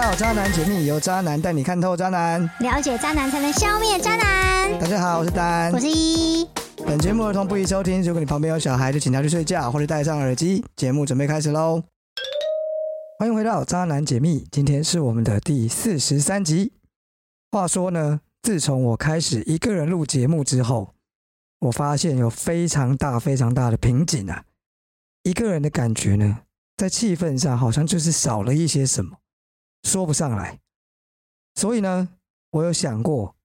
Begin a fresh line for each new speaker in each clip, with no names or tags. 好，渣男解密由渣男带你看透渣男。
了解渣男才能消灭渣男。
大家好，我是丹
我。是一，
本节目儿童不宜收听，如果你旁边有小孩，就请他去睡觉或者戴上耳机。节目准备开始喽！欢迎回到渣男解密，今天是我们的第四十三集。话说呢，自从我开始一个人录节目之后，我发现有非常大、非常大的瓶颈啊！一个人的感觉呢，在气氛上好像就是少了一些什么，说不上来。所以呢，我有想过，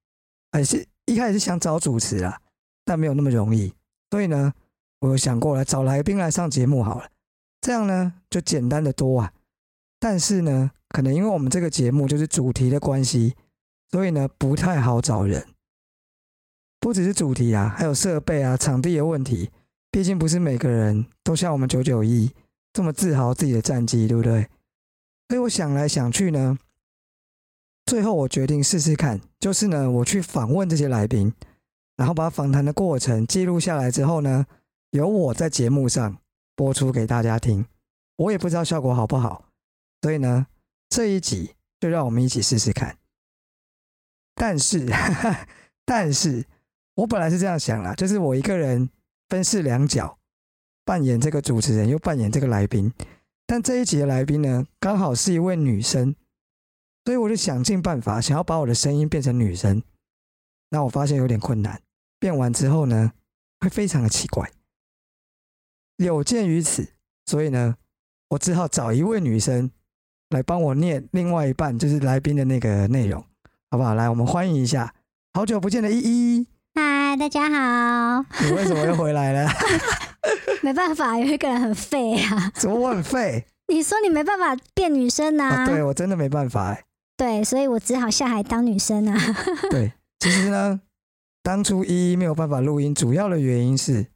哎，是一开始想找主持啊，但没有那么容易。所以呢，我有想过来找来宾来上节目好了，这样呢就简单的多啊。但是呢，可能因为我们这个节目就是主题的关系，所以呢不太好找人。不只是主题啊，还有设备啊、场地的问题。毕竟不是每个人都像我们九九一这么自豪自己的战绩，对不对？所以我想来想去呢，最后我决定试试看，就是呢，我去访问这些来宾，然后把访谈的过程记录下来之后呢，由我在节目上播出给大家听。我也不知道效果好不好，所以呢，这一集就让我们一起试试看。但是， 但是我本来是这样想啦，就是我一个人分饰两角，扮演这个主持人，又扮演这个来宾。但这一集的来宾呢，刚好是一位女生，所以我就想尽办法，想要把我的声音变成女生。那我发现有点困难，变完之后呢，会非常的奇怪。有鉴于此，所以呢，我只好找一位女生来帮我念另外一半，就是来宾的那个内容，好不好？来，我们欢迎一下，好久不见的依依，
嗨，大家好。
你为什么又回来了？
没办法，有一个人很废啊。
怎么我很废？
你说你没办法变女生呐、
啊，对我真的没办法哎、
对所以我只好下海当女生啊。
对，其实呢，当初依依没有办法录音，主要的原因是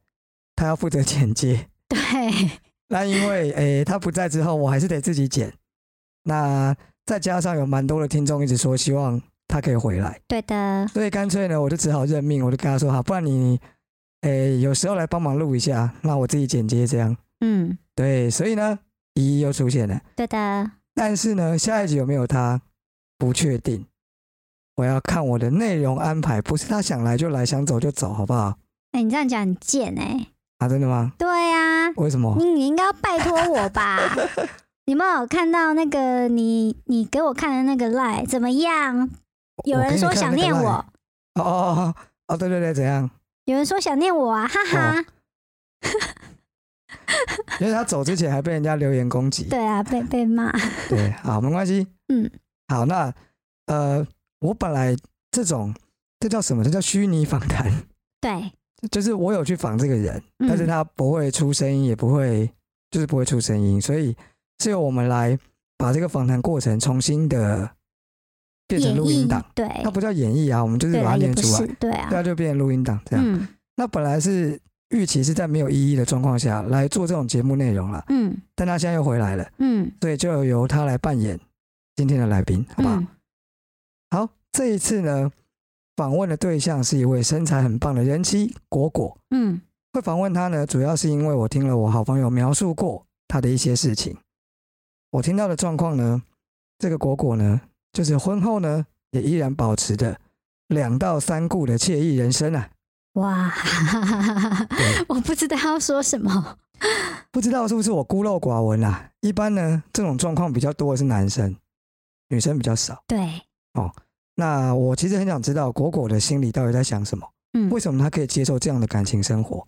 她要负责剪接。
对，
那因为诶、她不在之后，我还是得自己剪。那再加上有蛮多的听众一直说希望她可以回来，
对的，
所以干脆呢，我就只好认命，我就跟她说好，不然你诶、有时候来帮忙录一下，那我自己剪接这样。
嗯，
对，所以呢，依依又出现了。
对的，
但是呢，下一集有没有他不确定，我要看我的内容安排，不是他想来就来，想走就走，好不好？
哎、你这样讲很贱哎、
啊，真的吗？
对呀、
为什么？
你你应该要拜托我 吧？你们有看到那个你你给我看的那个赖怎么样？有
我给
人
你
说
看
想
那个
念
line
我，
哦哦哦哦，对对对，怎样？
有人说想念我啊，哈哈。
哦因为他走之前还被人家留言攻击。
对啊，被被骂。
对，好，没关系。
嗯，
好，那呃，我本来这种这叫什么？这叫虚拟访谈，
对，
就是我有去访这个人，
嗯
但是他不会出声音，也不会，就是不会出声音，所以是由我们来把这个访谈过程重新的变成
演
录音
绎
档，
对，
它不叫演绎啊，我们就是
对
把它
啦，也
念
不
出
是
来，，
对啊
对，啊，就变成录音档这样。
嗯
那本来是预期是在没有意义的状况下来做这种节目内容了，
嗯
但他现在又回来了，
嗯，
所以就由他来扮演今天的来宾，好不好？
嗯
好，这一次呢，访问的对象是一位身材很棒的人妻果果。
嗯
会访问他呢，主要是因为我听了我好朋友描述过他的一些事情。我听到的状况呢，这个果果呢，就是婚后呢也依然保持着两到三顾的惬意人生啊。
哇，
对
我不知道要说什么。
不知道是不是我孤陋寡闻啊？一般呢，这种状况比较多的是男生，女生比较少。
对，
那我其实很想知道果果的心里到底在想什么，
嗯
为什么她可以接受这样的感情生活？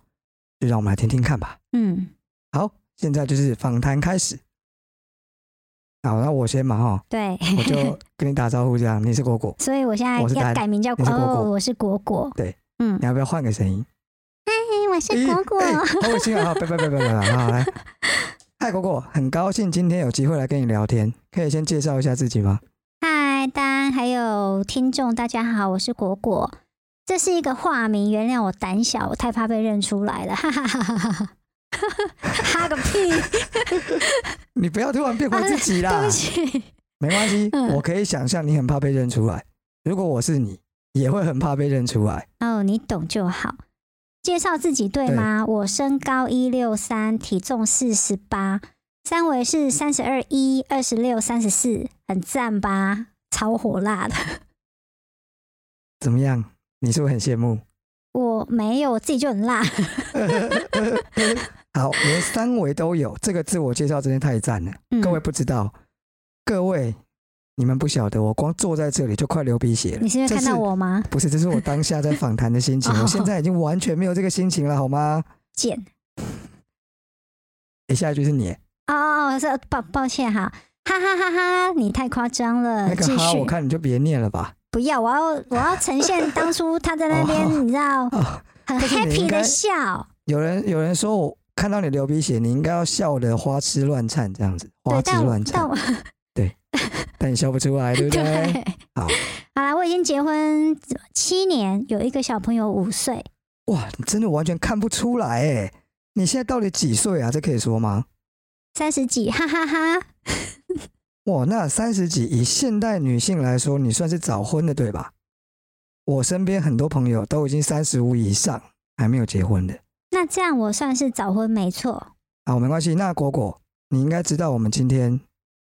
就让我们来听听看吧。
嗯，
好，现在就是访谈开始。好，那我先嘛哈，
对，
我 就跟你打招呼，这样你是果果，
所以我现在
我是
要
丹
改名叫
你是果果
哦，我是果果。
对，
嗯，
你要不要换个声音？
嘿我是
咦
果果。
哎好恶心啊！好拜拜拜拜拜拜，好来。嗨，果果，很高兴今天有机会来跟你聊天，可以先介绍一下自己吗？
嗨，丹，还有听众，大家好，我是果果。这是一个化名，原谅我胆小，我太怕被认出来了，哈哈哈哈哈哈！哈个屁，
你不要突然变回自己
啊对
啦
不，起。
没关系，
嗯
我可以想象你很怕被认出来。如果我是你，也会很怕被认出来。
哦，你懂就好。介绍自己对吗？我身高一六三，体重四十八，三围是三十二一、二十六、三十四，很赞吧？超火辣的。
怎么样？你是不是很羡慕？
我没有，我自己就很辣。
好，连三维都有，这个自我介绍真的太赞了。
嗯
各位，不知道，各位你们不晓得，我光坐在这里就快流鼻血了。
你是因为
这
看到我吗？
不是，这是我当下在访谈的心 情，
哦
我现在已经完全没有这个心情了，好吗？
贱
诶下一句是你，
哦哦哦，是抱抱歉哈，哈哈哈哈，你太夸张了，
那
呃继
个哈，我
续。
看你就别念了吧。
不要，我要我要呈现当初他在那
哦
边，你知道，
哦，
很
但是你应
happy
该
的笑。
有人有人说我看到你流鼻血，你应该要笑得花痴乱颤这样子，花
对，
枝
但我
乱
但
颤，
我
但你笑不出来，对不对？
对，
好
好啦，我已经结婚七年，有一个小朋友五岁，
哇，你真的完全看不出来哎！你现在到底几岁啊？这可以说吗？
三十几，哈哈哈
哇，那三十几，以现代女性来说，你算是早婚的对吧？我身边很多朋友都已经三十五以上还没有结婚的。
那这样我算是早婚没错，
好，没关系。那果果，你应该知道我们今天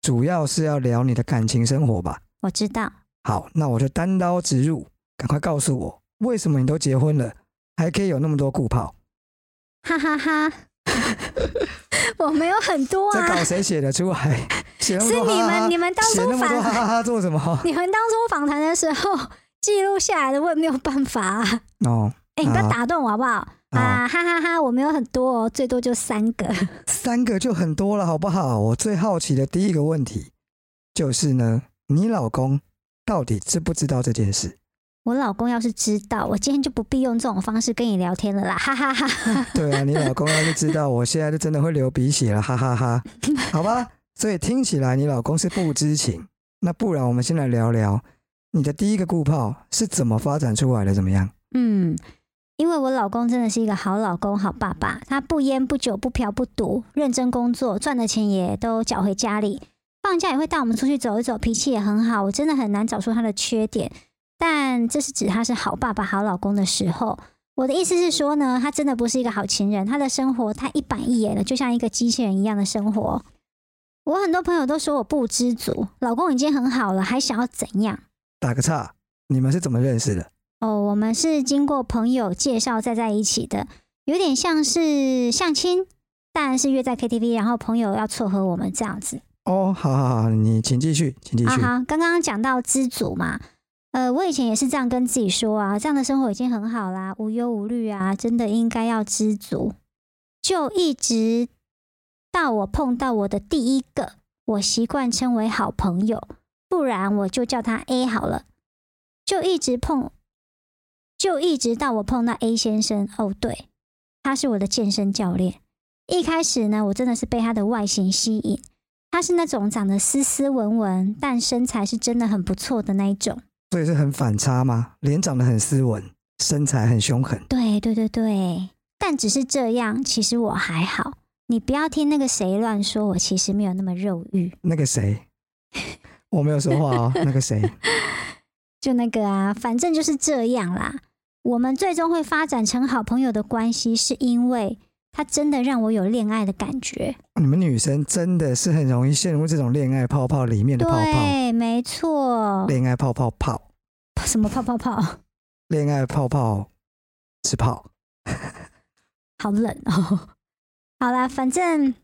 主要是要聊你的感情生活吧？
我知道。
好，那我就单刀直入，赶快告诉我，为什么你都结婚了，还可以有那么多顾炮？
哈哈哈，我没有很多
这
啊，
稿谁写得出来？写那么
是
多哈
你
哈哈
们你们当
写
初
那么多哈
访
哈哈做什么？
你们当初访谈的时候记录下来的，我也没有办法、啊。
哦，
哎、你不
啊
要打断我好不好？啊，哈哈哈，我没有很多哦，最多就三个。
三个就很多了，好不好？我最好奇的第一个问题就是呢，你老公到底知不知道这件事？
我老公要是知道，我今天就不必用这种方式跟你聊天了啦，哈哈哈。
对啊，你老公要是知道，我现在就真的会流鼻血了，哈哈哈好吧，所以听起来你老公是不知情。那不然我们先来聊聊你的第一个顾炮是怎么发展出来的，怎么样？
嗯，因为我老公真的是一个好老公、好爸爸，他不烟不酒不嫖不赌，认真工作，赚的钱也都缴回家里，放假也会带我们出去走一走，脾气也很好，我真的很难找出他的缺点。但这是指他是好爸爸、好老公的时候。我的意思是说呢，他真的不是一个好情人，他的生活太一板一眼了，就像一个机器人一样的生活。我很多朋友都说我不知足，老公已经很好了，还想要怎样？
打个岔，你们是怎么认识的？
哦，我们是经过朋友介绍再在一起的，有点像是相亲，但是约在 KTV，然后朋友要撮合我们这样子。
哦，好好好，你请继续，请继
啊
续。
哈，刚刚讲到知足嘛，呃，我以前也是这样跟自己说啊，这样的生活已经很好啦，无忧无虑啊，真的应该要知足。就一直到我碰到我的第一个，我习惯称为好朋友，不然我就叫他 A 好了。就一直碰，就一直到我碰到 A 先生。哦，对，他是我的健身教练。一开始呢，我真的是被他的外形吸引。他是那种长得斯斯文文，但身材是真的很不错的那一种。
所以是很反差吗？脸长得很斯文，身材很凶狠。
对对对对，但只是这样，其实我还好。你不要听那个谁乱说，我其实没有那么肉欲。
那个谁，我没有说话哦。那个谁，
就那个啊，反正就是这样啦。我们最终会发展成好朋友的关系，是因为他真的让我有恋爱的感觉。
你们女生真的是很容易陷入这种恋爱泡泡里面的泡泡，
对，没错。
恋爱泡泡泡，
什么泡泡泡？
恋爱泡泡吃泡。
好冷哦。 好啦，反正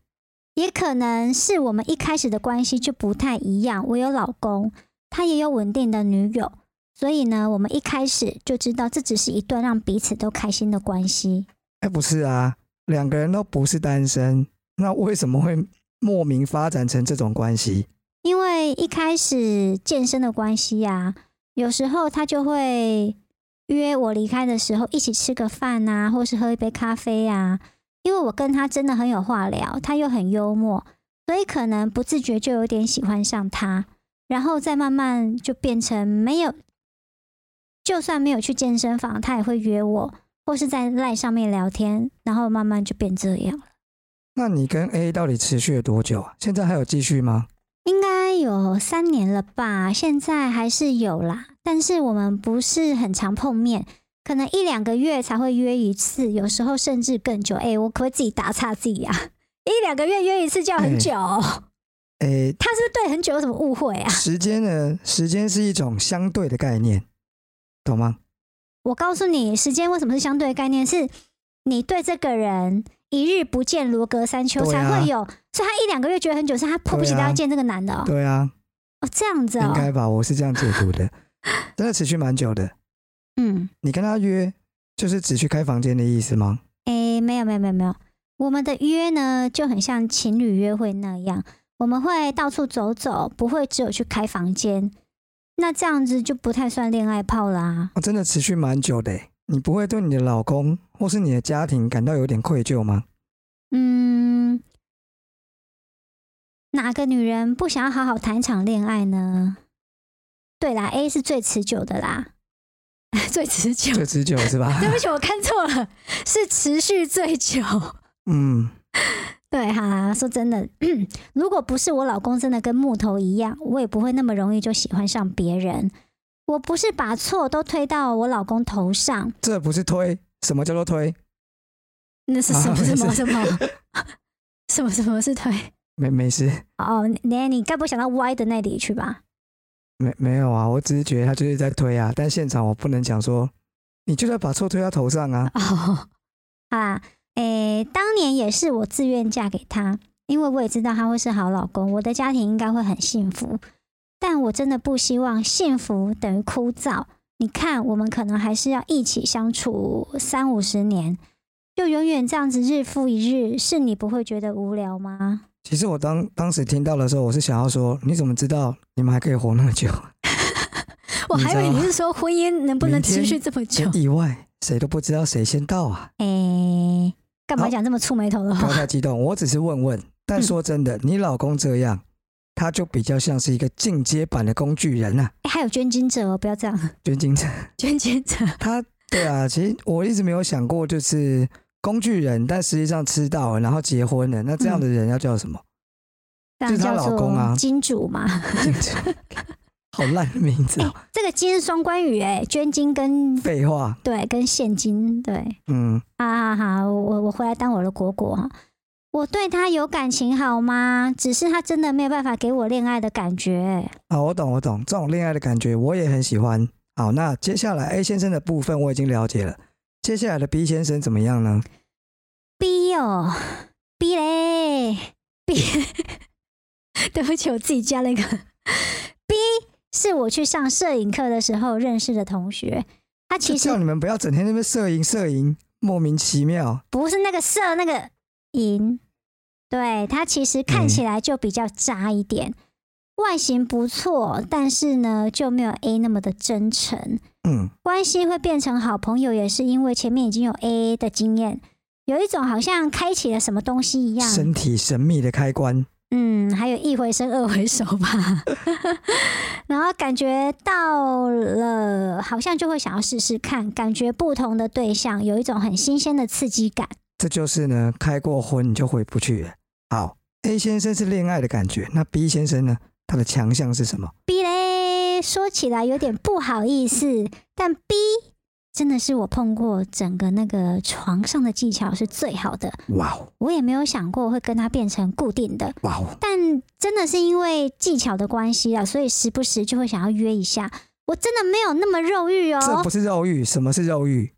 也可能是我们一开始的关系就不太一样。我有老公，他也有稳定的女友，所以呢，我们一开始就知道这只是一段让彼此都开心的关系。
哎，不是啊，两个人都不是单身，那为什么会莫名发展成这种关系？
因为一开始健身的关系呀、有时候他就会约我离开的时候一起吃个饭啊，或是喝一杯咖啡啊。因为我跟他真的很有话聊，他又很幽默，所以可能不自觉就有点喜欢上他，然后再慢慢就变成没有，就算没有去健身房，他也会约我，或是在赖上面聊天，然后慢慢就变这样。
那你跟 A 到底持续了多久啊？现在还有继续吗？
应该有三年了吧，现在还是有啦，但是我们不是很常碰面，可能一两个月才会约一次，有时候甚至更久。哎、我可不可以自己打岔自己啊？一两个月约一次叫
哎
很久，
诶、
他是不是对很久有什么误会啊？
时间呢？时间是一种相对的概念，懂吗？
我告诉你，时间为什么是相对的概念？是你对这个人一日不见如隔三秋，
对
才
啊
会有。所以他一两个月觉得很久，是他迫不及待
对啊
要见这个男的哦。
对啊，
哦，这样子
应
哦，
该吧？我是这样解读的，真的持续蛮久的。
嗯，
你跟他约，就是只去开房间的意思吗？
诶，没有没有没有没有，我们的约呢就很像情侣约会那样，我们会到处走走，不会只有去开房间。那这样子就不太算恋爱泡啦。
哦，真的持续蛮久的欸。你不会对你的老公或是你的家庭感到有点愧疚吗？
嗯，哪个女人不想要好好谈一场恋爱呢？对啦，A 是最持久的啦， 最持久。
最持久是吧？
对不起，我看错了，是持续最久。
嗯，
对哈，说真的， 如果不是我老公真的跟木头一样，我也不会那么容易就喜欢上别人。我不是把错都推到我老公头上，
这不是推，什么叫做推？
那是
啊
什么
没
什
事
么什么什么什么是推？
没没事，
哦，你你该不会想到歪的那里去吧？
没没有啊，我只是觉得他就是在推啊，但现场我不能讲说你就在把错推到头上啊。
哦，好啦，诶、当年也是我自愿嫁给他，因为我也知道他会是好老公，我的家庭应该会很幸福。但我真的不希望幸福等于枯燥。你看，我们可能还是要一起相处三五十年，就永远这样子日复一日，是你不会觉得无聊吗？
其实我当当时听到的时候，我是想要说，你怎么知道你们还可以活那么久？
我还以为
你知道
你是说婚姻能不能
明天
持续这么久
真？意外，谁都不知道谁先到啊！
诶、干嘛
好
讲这么触眉头的
不
话
要？太激动，我只是问问。但说真的，你老公这样，他就比较像是一个进阶版的工具人呐、啊，
诶还有捐精者哦，不要这样，
捐精者。
捐精者。
他对啊，其实我一直没有想过，就是工具人，但实际上吃到了，然后结婚了，那这样的人要叫什么？
这
就是
样
她
叫
老
做
公啊
金主嘛。
进阶好烂的名字、哦，
这个金是双关语哎、捐金跟
废话。
对跟现金对
嗯，
啊，好好，我我回来当我的果果哈。我对他有感情好吗？只是他真的没有办法给我恋爱的感觉欸、
好，我懂，我懂，这种恋爱的感觉我也很喜欢。好，那接下来 A 先生的部分我已经了解了，接下来的 B 先生怎么样呢？
B 哦，B 嘞，B，对不起，我自己加了一个 B，是我去上摄影课的时候认识的同学。他
就
其实
叫你们不要整天在那边摄影摄影，莫名其妙。
不是那个色那个银，对他其实看起来就比较渣一点，外形不错，但是呢就没有 A 那么的真诚。
嗯，
关系会变成好朋友，也是因为前面已经有 A 的经验，有一种好像开启了什么东西一样。
身体神秘的开关，
嗯，还有一回生二回熟吧。 然后感觉到了，好像就会想要试试看，感觉不同的对象有一种很新鲜的刺激感。
这就是呢，开过荤你就回不去了。好，A 先生是恋爱的感觉，那 B 先生呢？他的强项是什么？
B 嘞，说起来有点不好意思，但 B 真的是我碰过整个那个床上的技巧是最好的。
哇哦，
我也没有想过会跟他变成固定的，
哇哦，
但真的是因为技巧的关系啊，所以时不时就会想要约一下。我真的没有那么肉欲
这
哦
不，是肉欲，什么是肉欲？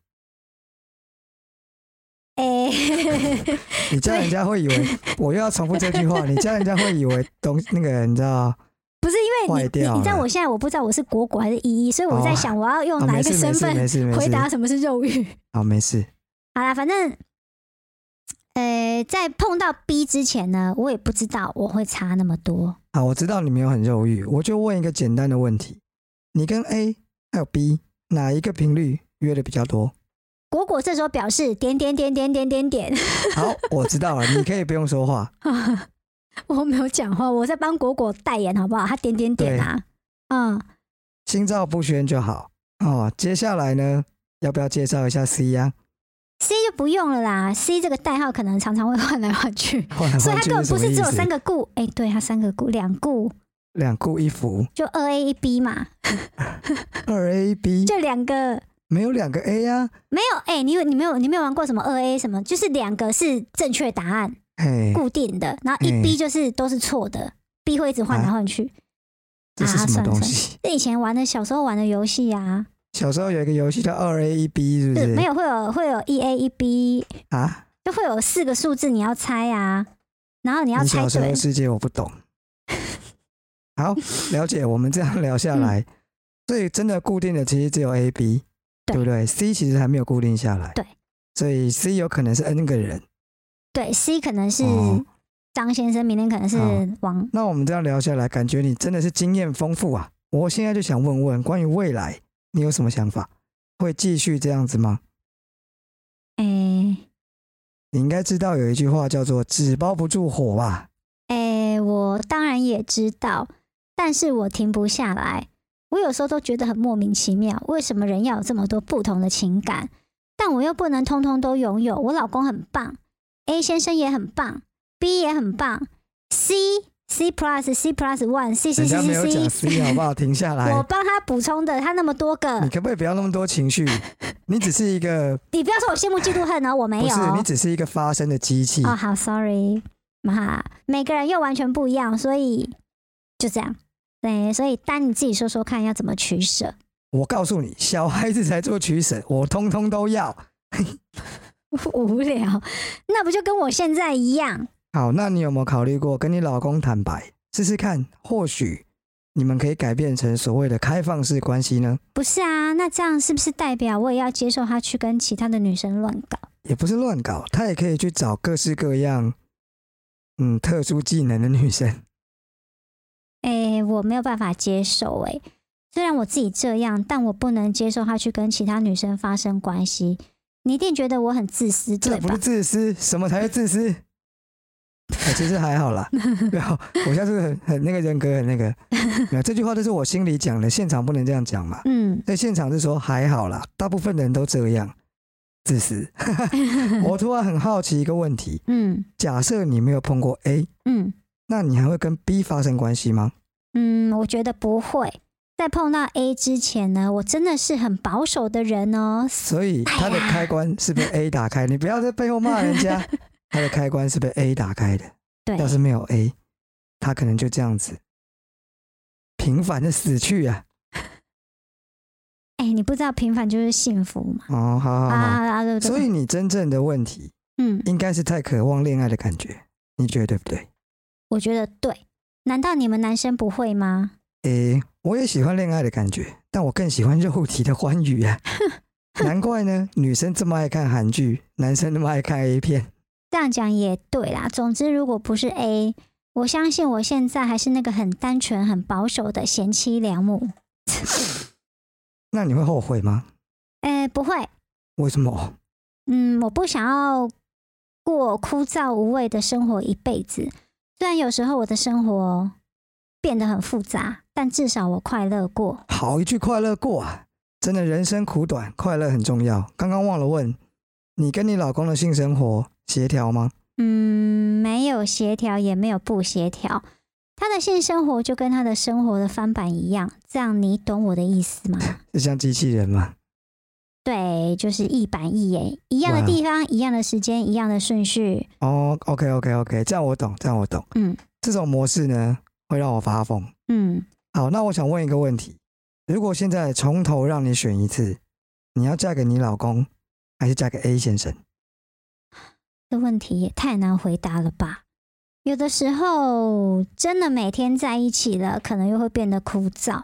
哎、
你叫人家会以为 我又要重复这句话，你叫人家会以为东那个你知道 啊
不是因为
坏
你你
掉
你知道
了
我现在我不知道我是果果还是依依，所以我在
哦
想我要用
啊？
哪
没
一个
事没
身
事
份
没事没
回
事，
答什么是肉欲。
好没事。
好啦，反正，呃，在碰到 B 之前呢，我也不知道我会差那么多。
好，我知道你没有很肉欲，我就问一个简单的问题：你跟 A 还有 B 哪一个频率约的比较多？
果果这时候表示点点点点点点点，
好，我知道了，你可以不用说话。
我没有讲话，我在帮果果代言，好不好？他点点点啊，嗯，
心照不宣就好。哦，接下来呢，要不要介绍一下 C 呀、
C 就不用了啦，C 这个代号可能常常会换来换去，
啊？换来
所
换
以他
去
根本
什
不
么
是
意
只有
思
三？个顾，哎、对他三个顾，两顾
两顾一扶，
就二 A 一 B 嘛，
二 A B
就两个
没有两个 A 呀、
没有，哎、你有你没有你没有玩过什么二 A 什么，就是两个是正确答案，
嘿，
固定的，然后一
哎
逼就是都是错的，逼会一直换来换去。
这是什么
啊算了
东
算了
西？
那以前玩的小时候玩的游戏啊，
小时候有一个游戏叫二 A 一 B，是不？
就是呃没有会有会有一 A 一 B，
啊，
就会有四个数字你要猜啊，然后你要
你
猜
小时候
对
的，世界我不 懂。好，了解。我们这样聊
嗯
下来，所以真的固定的其实只有 A、B，
对
对不对？C 其实还没有固定下来。
对，
所以 C 有可能是 N 个人。
对 C 可能是
哦
张先生，明天可能是
好
王。
那我们这样聊下来，感觉你真的是经验丰富啊！我现在就想问问，关于未来，你有什么想法？会继续这样子吗？
哎
你应该知道有一句话叫做“纸包不住火”吧？
哎，我当然也知道，但是我停不下来。我有时候都觉得很莫名其妙，为什么人要有这么多不同的情感？但我又不能通通都拥有。我老公很棒，A 先生也很棒，B 也很棒，C C plus C plus one C C
人家没有
C
讲
C
C 好不好？停下来，
我帮他补充的，他那么多
你
个，
可不可以不要那么多情绪？你只是一个
你不要说我羡慕嫉妒恨哦，我没
不
有
是，
哦。
你只是一个发声的机器。
哦，好，sorry，哈，每个人又完全不一样，所以就这样。对，所以丹你自己说说看要怎么取舍。
我告诉你，小孩子才做取舍，我通通都要。
无聊，那不就跟我现在一样？
好，那你有没有考虑过跟你老公坦白，试试看？或许你们可以改变成所谓的开放式关系呢？
不是啊，那这样是不是代表我也要接受他去跟其他的女生乱搞？
也不是乱搞，他也可以去找各式各样嗯特殊技能的女生。
诶、哎我没有办法接受诶、虽然我自己这样，但我不能接受他去跟其他女生发生关系。你一定觉得我很自私，
这
对
不是
吧？
自私，什么才是自 私？哎其实还好啦，对啊，我现在是很很那个人格很那个，没有这句话都是我心里讲的，现场不能这样讲嘛。
嗯，
在现场是说还好啦，大部分人都这样，自 私。我突然很好奇一个问题：
嗯
假设你没有碰过 A，
嗯
那你还会跟 B 发生关系吗？
嗯，我觉得不会。在碰到 A 之前呢，我真的是很保守的人哦。
所以它的
哎呀
开关是被 A 打开，你不要在背后骂人家。它的开关是被 A 打开的，
对，
要是没有 A，他可能就这样子平凡的死去啊！
哎、你不知道平凡就是幸福嘛？
哦，好好
啊
好，
啊，对对
所以
对，
你真正的问题
嗯，
应该是太渴望恋爱的感觉，你觉得对不对？
我觉得对。难道你们男生不会吗？
诶，我也喜欢恋爱的感觉，但我更喜欢肉体的欢愉啊！难怪呢，女生这么爱看韩剧，男生那么爱看 A 片。
这样讲也对啦。总之，如果不是 A，我相信我现在还是那个很单纯、很保守的贤妻良母。
那你会后悔吗？
哎、不会，
为什么？
嗯，我不想要过枯燥无味的生活一辈子。虽然有时候我的生活变得很复杂，但至少我快乐过。
好一句快乐过啊！真的人生苦短，快乐很重要。刚刚忘了问，你跟你老公的性生活协调吗？
嗯，没有协调，也没有不协调。他的性生活就跟他的生活的翻版一样，这样你懂我的意思吗？
是像机器人吗？
对，就是一板一眼，一样的
哇
地方，一样的时间，一样的顺序。
哦、o k OK OK，这样我懂，这样我懂。
嗯
这种模式呢，会让我发疯。
嗯，
好，那我想问一个问题：如果现在从头让你选一次，你要嫁给你老公，还是嫁给 A 先生？
这问题也太难回答了吧？有的时候真的每天在一起了，可能又会变得枯燥。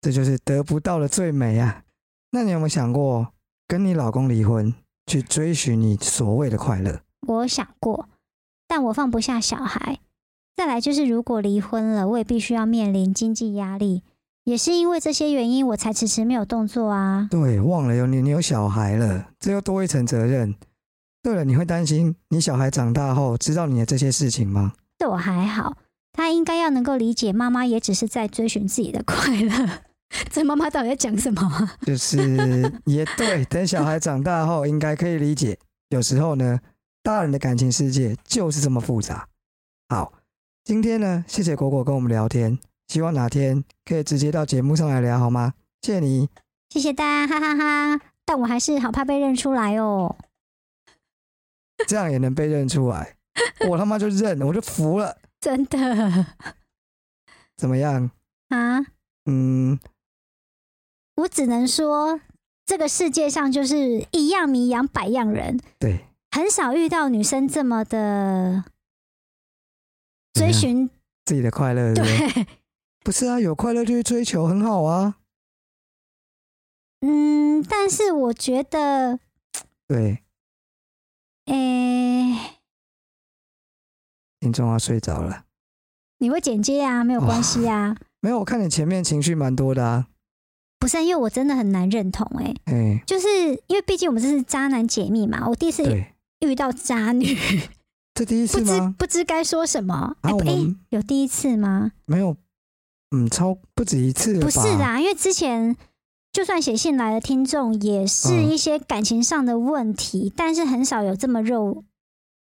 这就是得不到的最美啊！那你有没有想过跟你老公离婚，去追寻你所谓的快乐？
我想过，但我放不下小孩。再来就是，如果离婚了，我也必须要面临经济压力。也是因为这些原因，我才迟迟没有动作啊。
对，忘了有你，你有小孩了，这又多一层责任。对了，你会担心你小孩长大后知道你的这些事情吗？
对我还好，他应该要能够理解，妈妈也只是在追寻自己的快乐。 这妈妈到底在讲什么啊？
就是也对，等小孩长大后应该可以理解。有时候呢，大人的感情世界就是这么复杂。好，今天呢，谢谢果果跟我们聊天，希望哪天可以直接到节目上来聊好吗？谢谢你。
谢谢大家，哈哈哈但我还是好怕被认出来哦。
这样也能被认出来。我他妈就认了，我就服了。
真的
怎么样？
啊！
嗯，
我只能说，这个世界上就是一样米养百样人，
对，
很少遇到女生这么的追
怎么样
寻。
自己的快乐，对不对？
对，
不是啊，有快乐就去追求，很好啊。
嗯，但是我觉得，
对，
诶、
听众要睡着了。
你会剪接啊，没有关系啊。
没有，我看你前面情绪蛮多的啊。
不是，因为我真的很难认同、诶，
哎，
就是因为毕竟我们这是渣男解密嘛，我第一次
对，
遇到渣女，
这第一
不
次
知
吗？
不知该说什么。哎、
啊，我
不哎、
们
有第一次吗？
没有，嗯，超不止一次了吧，
不是啊啦，因为之前就算写信来的听众也是
嗯
一些感情上的问题，但是很少有这么肉。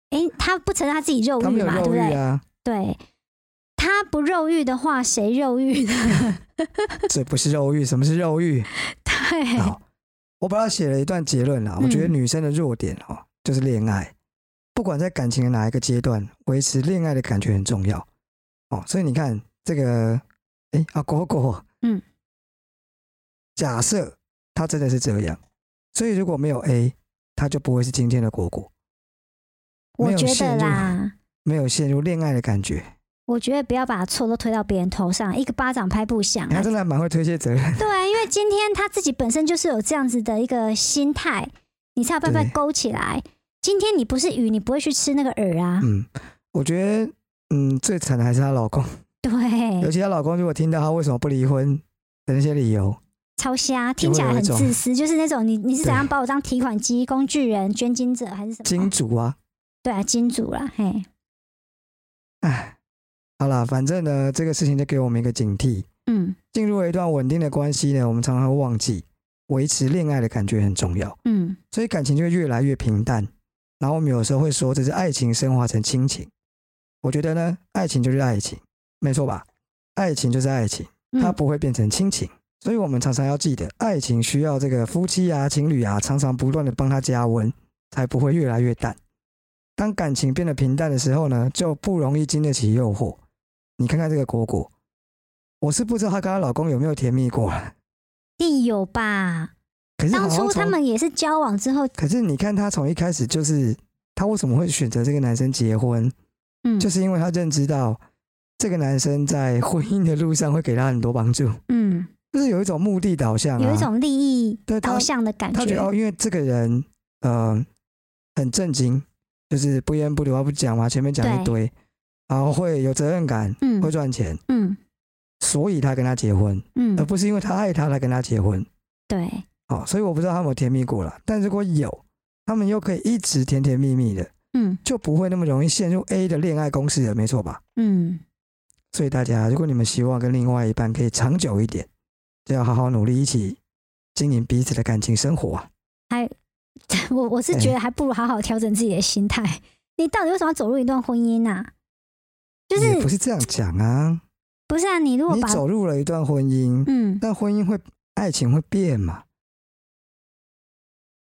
哎、他不承认他自己肉
他
欲
们有
嘛，对不
肉欲
对？
啊，
对，他不肉欲的话，谁肉欲呢？
这不是肉欲，什么是肉欲？
对，
好，我把它写了一段结论啊啦。我觉得
嗯
女生的弱点哦，就是恋爱，不管在感情的哪一个阶段，维持恋爱的感觉很重要哦。所以你看这个，哎啊，果果，
嗯，
假设他真的是这样，所以如果没有 A，他就不会是今天的果果，没
我
有
觉
陷
得
入
啦，
没有陷入恋爱的感觉。
我觉得不要把错都推到别人头上，一个巴掌拍不响
他
啊。
真的还蛮会推卸责任，
对啊，因为今天他自己本身就是有这样子的一个心态，你才有办法
对
勾起来。今天你不是鱼，你不会去吃那个饵啊。
嗯，我觉得。嗯，最惨的还是她老公，尤
对，
其她老公如果听到她为什么不离婚的那些理由，
超瞎，听起来很自私，就是那种你你是怎样把我当提款机、工具人、捐金者还是什么
金？主啊，
对啊，金主啦，嘿，
唉，好啦，反正呢，这个事情就给我们一个警惕。
嗯
进入了一段稳定的关系呢，我们常常会忘记维持恋爱的感觉很重要，
嗯，
所以感情就会越来越平淡。然后我们有时候会说，这是爱情升华成亲情。我觉得呢，爱情就是爱情，没错吧？爱情就是爱情，
嗯
它不会变成亲情。所以我们常常要记得，爱情需要这个夫妻啊、情侣啊，常常不断的帮它加温，才不会越来越淡。当感情变得平淡的时候呢，就不容易经得起诱惑。你看看这个果果，我是不知道她跟她老公有没有甜蜜过啊，
定有吧？
可是好
当
像
初
从
他们也是交往之后，
可是你看她从一开始就是，她为什么会选择这个男生结婚，
嗯
就是因为她认知到这个男生在婚姻的路上会给她很多帮助，
嗯，
就是有一种目的导向、啊，
有一种利益
对她
导向的感
他觉
觉
得，哦，因为这个人呃很震惊，就是不言不语，他不讲嘛，前面讲一堆，然后会有责任感，
嗯
会赚钱，
嗯
所以他跟他结婚，而
嗯，
不是因为他爱他才跟他结婚。
对，
哦，所以我不知道他们有甜蜜过啦，但如果有，他们又可以一直甜甜蜜蜜的，
嗯
就不会那么容易陷入 A 的恋爱公式了，没错吧？
嗯，
所以大家，如果你们希望跟另外一半可以长久一点，就要好好努力，一起经营彼此的感情生活啊。
我我是觉得还不如好好调整自己的心态。 你到底为什么要走入一段婚姻啊？就
也
是
不是这样讲啊？
不是啊？你如果
你
把
走入了一段婚姻，
嗯，
但婚姻会，爱情会变嘛？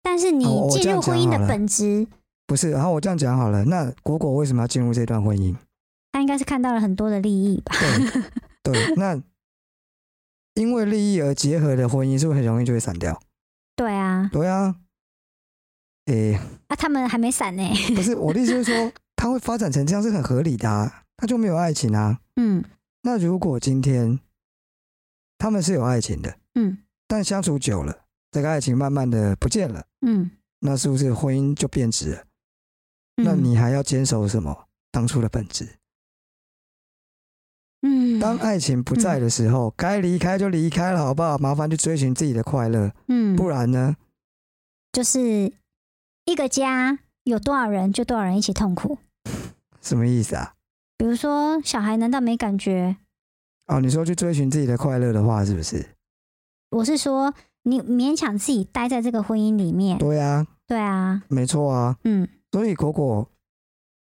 但是你
哦我这
进
样
入婚姻
讲好
的
了
本质，
不是？然后我这样讲好了，那果果为什么要进入这段婚姻？
他应该是看到了很多的利益吧？
对对，那因为利益而结合的婚姻，是不是很容易就会散掉？
对啊，
对啊，诶、
啊，他们还没散呢、
不是我的意思是说，它会发展成这样是很合理的、啊，它就没有爱情啊。
嗯
那如果今天他们是有爱情的，
嗯
但相处久了，这个爱情慢慢的不见了，
嗯，
那是不是婚姻就变质了？
嗯
那你还要坚守什么当初的本质？
嗯
当爱情不在的时候，该离开就离开了，好不好？麻烦去追寻自己的快乐，
嗯，
不然呢？
就是一个家有多少人就多少人一起痛苦。
什么意思啊？
比如说小孩难道没感觉？
哦，你说去追寻自己的快乐的话，是不是？
我是说你勉强自己待在这个婚姻里面，
对啊，
对啊，
没错啊。
嗯。
所以果果，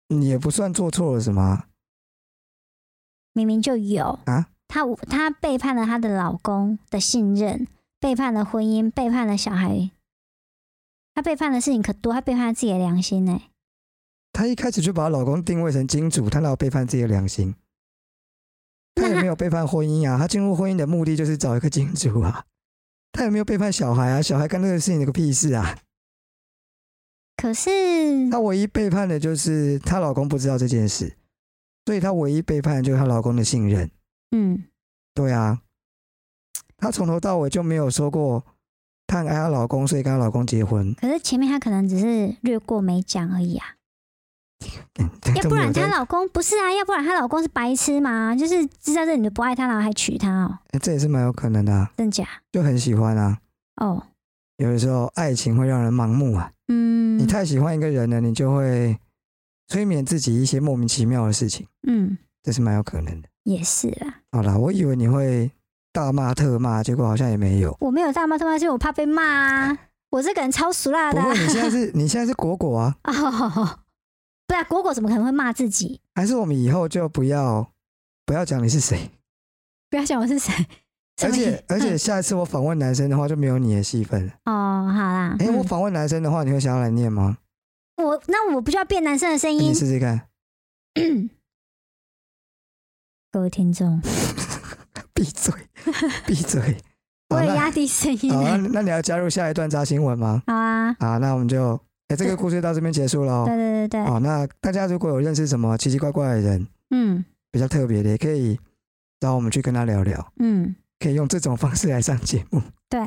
你也不算做错了什么啊，
明明就有
啊，
她她背叛了她的老公的信任，背叛了婚姻，背叛了小孩，她背叛的事情可多，她背叛了自己的良心呢、
她一开始就把老公定位成金主，她哪有背叛自己的良心？她
那
也
她
没有背叛婚姻啊，她 进入婚姻的目的就是找一个金主啊。她也没有背叛小孩啊，小孩干这个事情有个屁事啊！
可是
她唯一背叛的就是她老公不知道这件事，所以她唯一背叛的就是她老公的信任。
嗯，
对啊，她从头到尾就没有说过她很爱她老公，所以跟她老公结婚。
可是前面她可能只是略过没讲而已啊。
嗯啊
要不然她老公不是啊，要不然她老公是白痴嘛，就是知道这女的不爱她，然后还娶她哦，
欸这也是蛮有可能的、啊，
真假？
就很喜欢啊。
哦，
有的时候爱情会让人盲目啊，
嗯
你太喜欢一个人了，你就会催眠自己一些莫名其妙的事情，
嗯，
这是蛮有可能的。
也是啦，
好啦，我以为你会大骂特骂，结果好像也没有。
我没有大骂特骂，是因为我怕被骂啊，我这个人超俗辣
不
的啊
过。你现在 是你现在是果果啊，
哦，不然果果怎么可能会骂自己？
还是我们以后就不要不要讲你是谁？
不要想我是谁，
而且而
嗯
且下一次我访问男生的话就没有你的戏份了。
哦，好啦，
哎、
嗯
我访问男生的话，你会想要来念吗？
我那我不就要变男生的声
哎你
音？
试试看，
各位听众，
闭嘴， 闭嘴。
我
好，
也
那
压低声音
好，那啊
欸。
那你要加入下一段扎新闻吗？
好啊，
好，那我们就哎、这个故事到这边结束喽
对。对对对，
好，那大家如果有认识什么奇奇怪怪的人，
嗯
比较特别的，也可以找我们去跟他聊聊，
嗯，
可以用这种方式来上节目。
对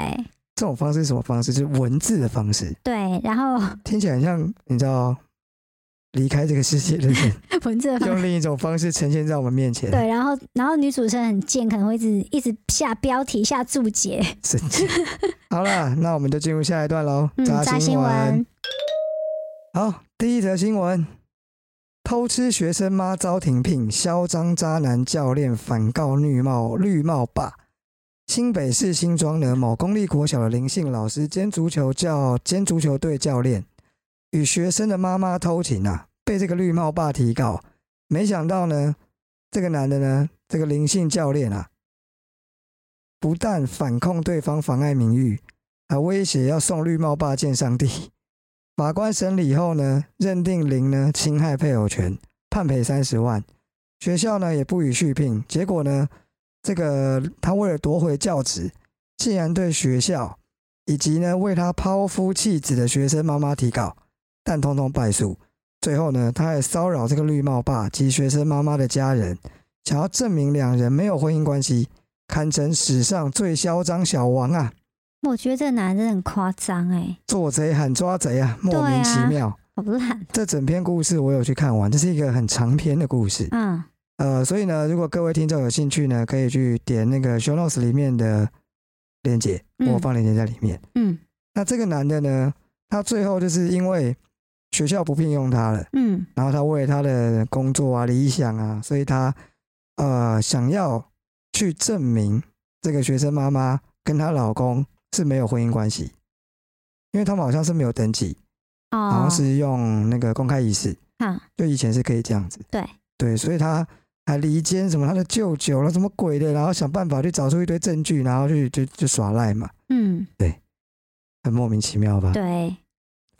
这种方式是什么方式？就是文字的方式，
对，然后
听起来很像你知道离开这个世界的人，
文字的方
用另一种方式呈现在我们面前。
对，然后然后女主持人很贱，可能会一直一直下标题、下注解，
神经。好了，那我们就进入下一段喽。
嗯，
杂
扎
新
新
闻。
闻，
好，第一则新闻：偷吃学生妈遭停聘，嚣张渣男教练反告绿帽绿帽爸。新北市新庄的某公立国小的林姓老师兼足球教兼足球队教练，与学生的妈妈偷情啊，被这个绿帽爸提告。没想到呢，这个男的呢，这个林姓教练啊，不但反控对方妨碍名誉，还威胁要送绿帽爸见上帝。法官审理后呢，认定林呢侵害配偶权，判赔三十万。学校呢也不予续聘。结果呢，这个他为了夺回教职，竟然对学校以及呢为他抛夫弃子的学生妈妈提告，但通通败诉。最后呢，他还骚扰这个绿帽爸及学生妈妈的家人，想要证明两人没有婚姻关系，堪称史上最嚣张小王啊！
我觉得这个男的真的很夸张哎，
做贼喊抓贼啊，莫名其妙。
好烂，
这整篇故事我有去看完，这是一个很长篇的故事。
嗯
呃，所以呢，如果各位听众有兴趣呢，可以去点那个 show notes 里面的链接，
嗯
我放链接在里面。
嗯
那这个男的呢，他最后就是因为学校不聘用他了，
嗯
然后他为了他的工作啊、理想啊，所以他呃想要去证明这个学生妈妈跟她老公是没有婚姻关系，因为他们好像是没有登记，好
哦
像，是用那个公开仪式。
嗯
就以前是可以这样子，
对
对，所以他还离间什么他的舅舅了什么鬼的，然后想办法去找出一堆证据，然后去就就耍赖嘛，
嗯，
很莫名其妙吧？
对，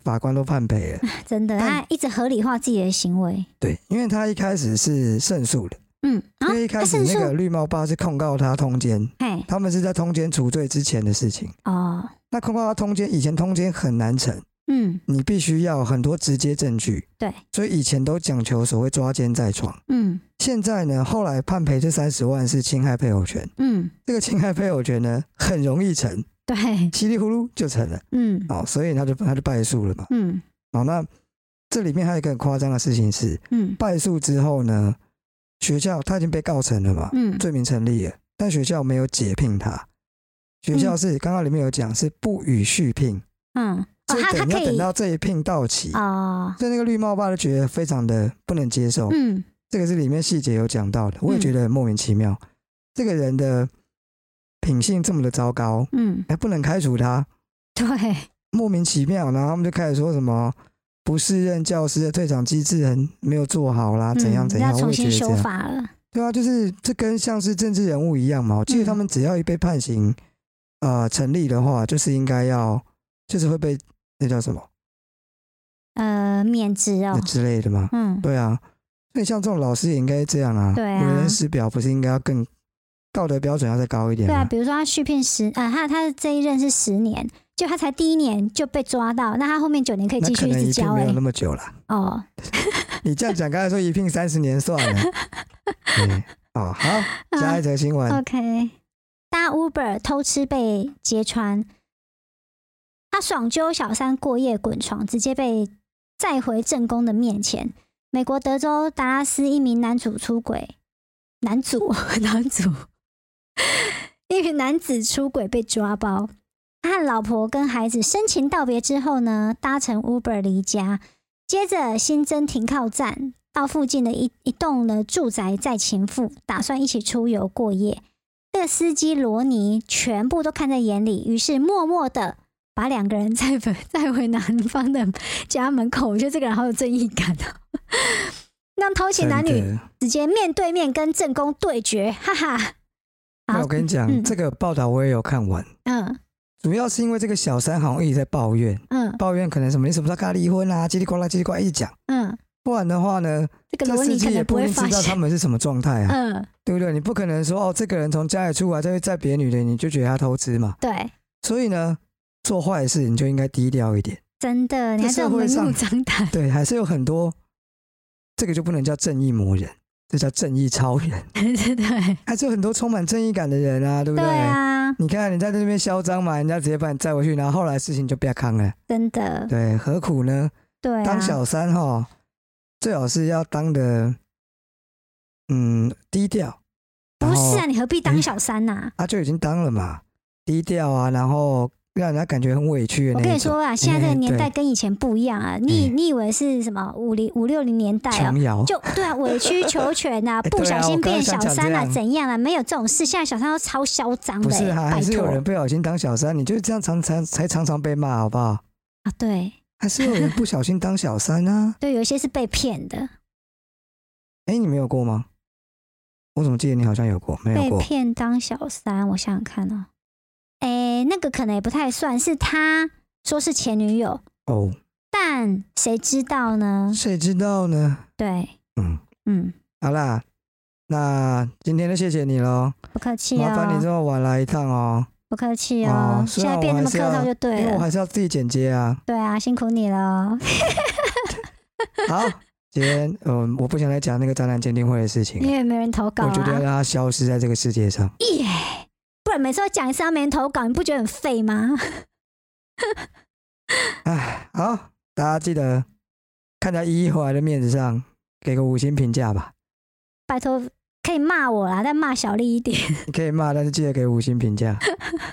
法官都判赔了，
真的，
但
他一直合理化自己的行为，
对，因为他一开始是胜诉的，
嗯啊
因为一，
他
开始
胜
那个
诉，
绿帽爸是控告他通奸，
哎
他们是在通奸处罪之前的事情。
哦，
那控告他通奸，以前通奸很难成，
嗯
你必须要很多直接证据，
对，
所以以前都讲求所谓抓奸在床。
嗯
现在呢，后来判赔这三十万是侵害配偶权。
嗯，
这个侵害配偶权呢，很容易成，
对，
稀里糊涂就成了
嗯
哦，所以他就他就败诉了嘛。
嗯
哦，那这里面还有一个很夸张的事情是，
嗯
败诉之后呢，学校他已经被告成了嘛，
嗯，
罪名成立了，但学校没有解聘他，学校是刚刚里面有讲是不予续聘，
嗯，哦，
所以
他他
等
可
要等
以
到这一聘到期。
哦，
所以那个绿帽爸就觉得非常的不能接受，
嗯
这个是里面细节有讲到的，我也
嗯
觉得很莫名其妙，这个人的品性这么的糟糕，
嗯，
哎还不能开除他，
对，
莫名其妙，然后他们就开始说什么不适任教师的退场机制很没有做好啦，怎样
嗯
怎样，
要
我
重
也觉
新
得
修
这样，
法了，
对啊，就是这跟像是政治人物一样嘛，我记得
嗯
他们只要一被判刑，
哦
呃，成立的话，就是应该要，就是会被那叫什么
呃免职
那
哦，
之类的嘛。
嗯，
对啊，所以像这种老师也应该这样啊。
对啊
为人师表不是应该要更道德标准要再高一点
对啊，
吗？
比如说他续聘十，呃，他他这一任是十年，就他才第一年就被抓到，那他后面九年可以
那
继
可
续一
能
直
一聘
教
没
哎、
有那么久了。
哦，
你这样讲，刚才说一聘三十年算了。对，哦，
啊
好，下一则新闻。
OK，搭 Uber 偷吃被揭穿，他爽揪小三过夜滚床，直接被载回正宫的面前。美国德州达拉斯一名男主出轨，男主 男主，一名男子出轨被抓包。他和老婆跟孩子深情道别之后呢，搭乘 Uber 离家，接着新增停靠站，到附近的一一栋呢住宅载情妇，打算一起出游过夜。这个司机罗尼全部都看在眼里，于是默默的把两个人 载回载回男方的家门口。我觉得这个人好有正义感哦， 让偷情男
真
女
的
直接面对面跟正宫对决，哈哈。
那我跟你讲，
嗯
这个报道我也有看完，
嗯
主要是因为这个小三好像一直在抱怨，
嗯
抱怨可能什么你什么时候跟他离婚啊，叽里呱啦叽里呱啦一直讲，
嗯，
不然的话呢，
这个
这
罗
司
尼可
机也
能不
不一
会
定
发
知道他
现。
们是什么状态啊，
嗯，
对不对？你不可能说哦，这个人从家里出来再去载别的女的，你就觉得他偷吃嘛。
对，
所以呢，做坏事你就应该低调一点。
真的，你
这
还
社
是
会
明目
上
张胆。
对，还是有很多，这个就不能叫正义魔人，这叫正义超人，
对对对，
还啊是有很多充满正义感的人啊，对不
对
对？
啊，
你看人家在那边嚣张嘛，人家直接把你载回去，然后后来事情就不要扛了，
真的，
对，何苦呢？
对啊，
当小三哈，最好是要当的，嗯，低调。
不是啊，
然后，哎
你何必当小三呐、
他、就已经当了嘛，低调啊，然后让人家感觉很委屈的
我
那
跟
一
你
种，
说啊，现在这个年代
对哎
跟以前不一样啊！你你以为是什么五零五六零年代啊
琼？瑶。
就对啊，委曲求全呐、
哎
不
对啊
小心
我刚
变
刚
小
想
三
讲
啦、
这样
怎样啦、没有这种事。现在小三都超嚣张
不
的、
是
欸，
啊，还
拜
是有
托
人不小心当小三，你就这样常常才常常被骂，好不好？
啊！对
还是有人不小心当小三啊？
对，有一些是被骗的，
哎、你没有过吗？我怎么记得你好像有过？没有
被
过。
骗当小三。我想想看哦，哎，那个可能也不太算是他说是前女友，
哦，
但谁知道呢？
谁知道呢？
对，
嗯，
嗯，
好啦，那今天就谢谢你喽，
不客气
麻烦你这
哦，
么晚来一趟哦，
不客气
哦
哦，
虽
现在
然
变
我
那
还
么
是
客套
要
就对啊
因为我
了。
还是要自己剪接啊。
对啊，辛苦你 了。
好，今天嗯，我不想再讲那个渣男鉴定会的事
因
情，
为没人投稿
我觉得要
啊，
让它消失在这个世界上。
耶！不然每次都讲一次他没人投稿，你不觉得很废吗？
哎，好，大家记得看在依依回来的面子上，给个五星评价吧。
拜托，可以骂我啦，但骂小丽一点。
你可以骂，但是 啊记得给五星评价。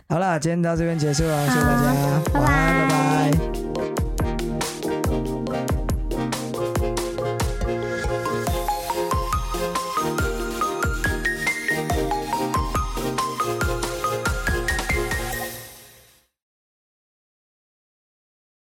好啦，今天到这边结束了，谢谢大家，
好
晚安，
拜拜
拜拜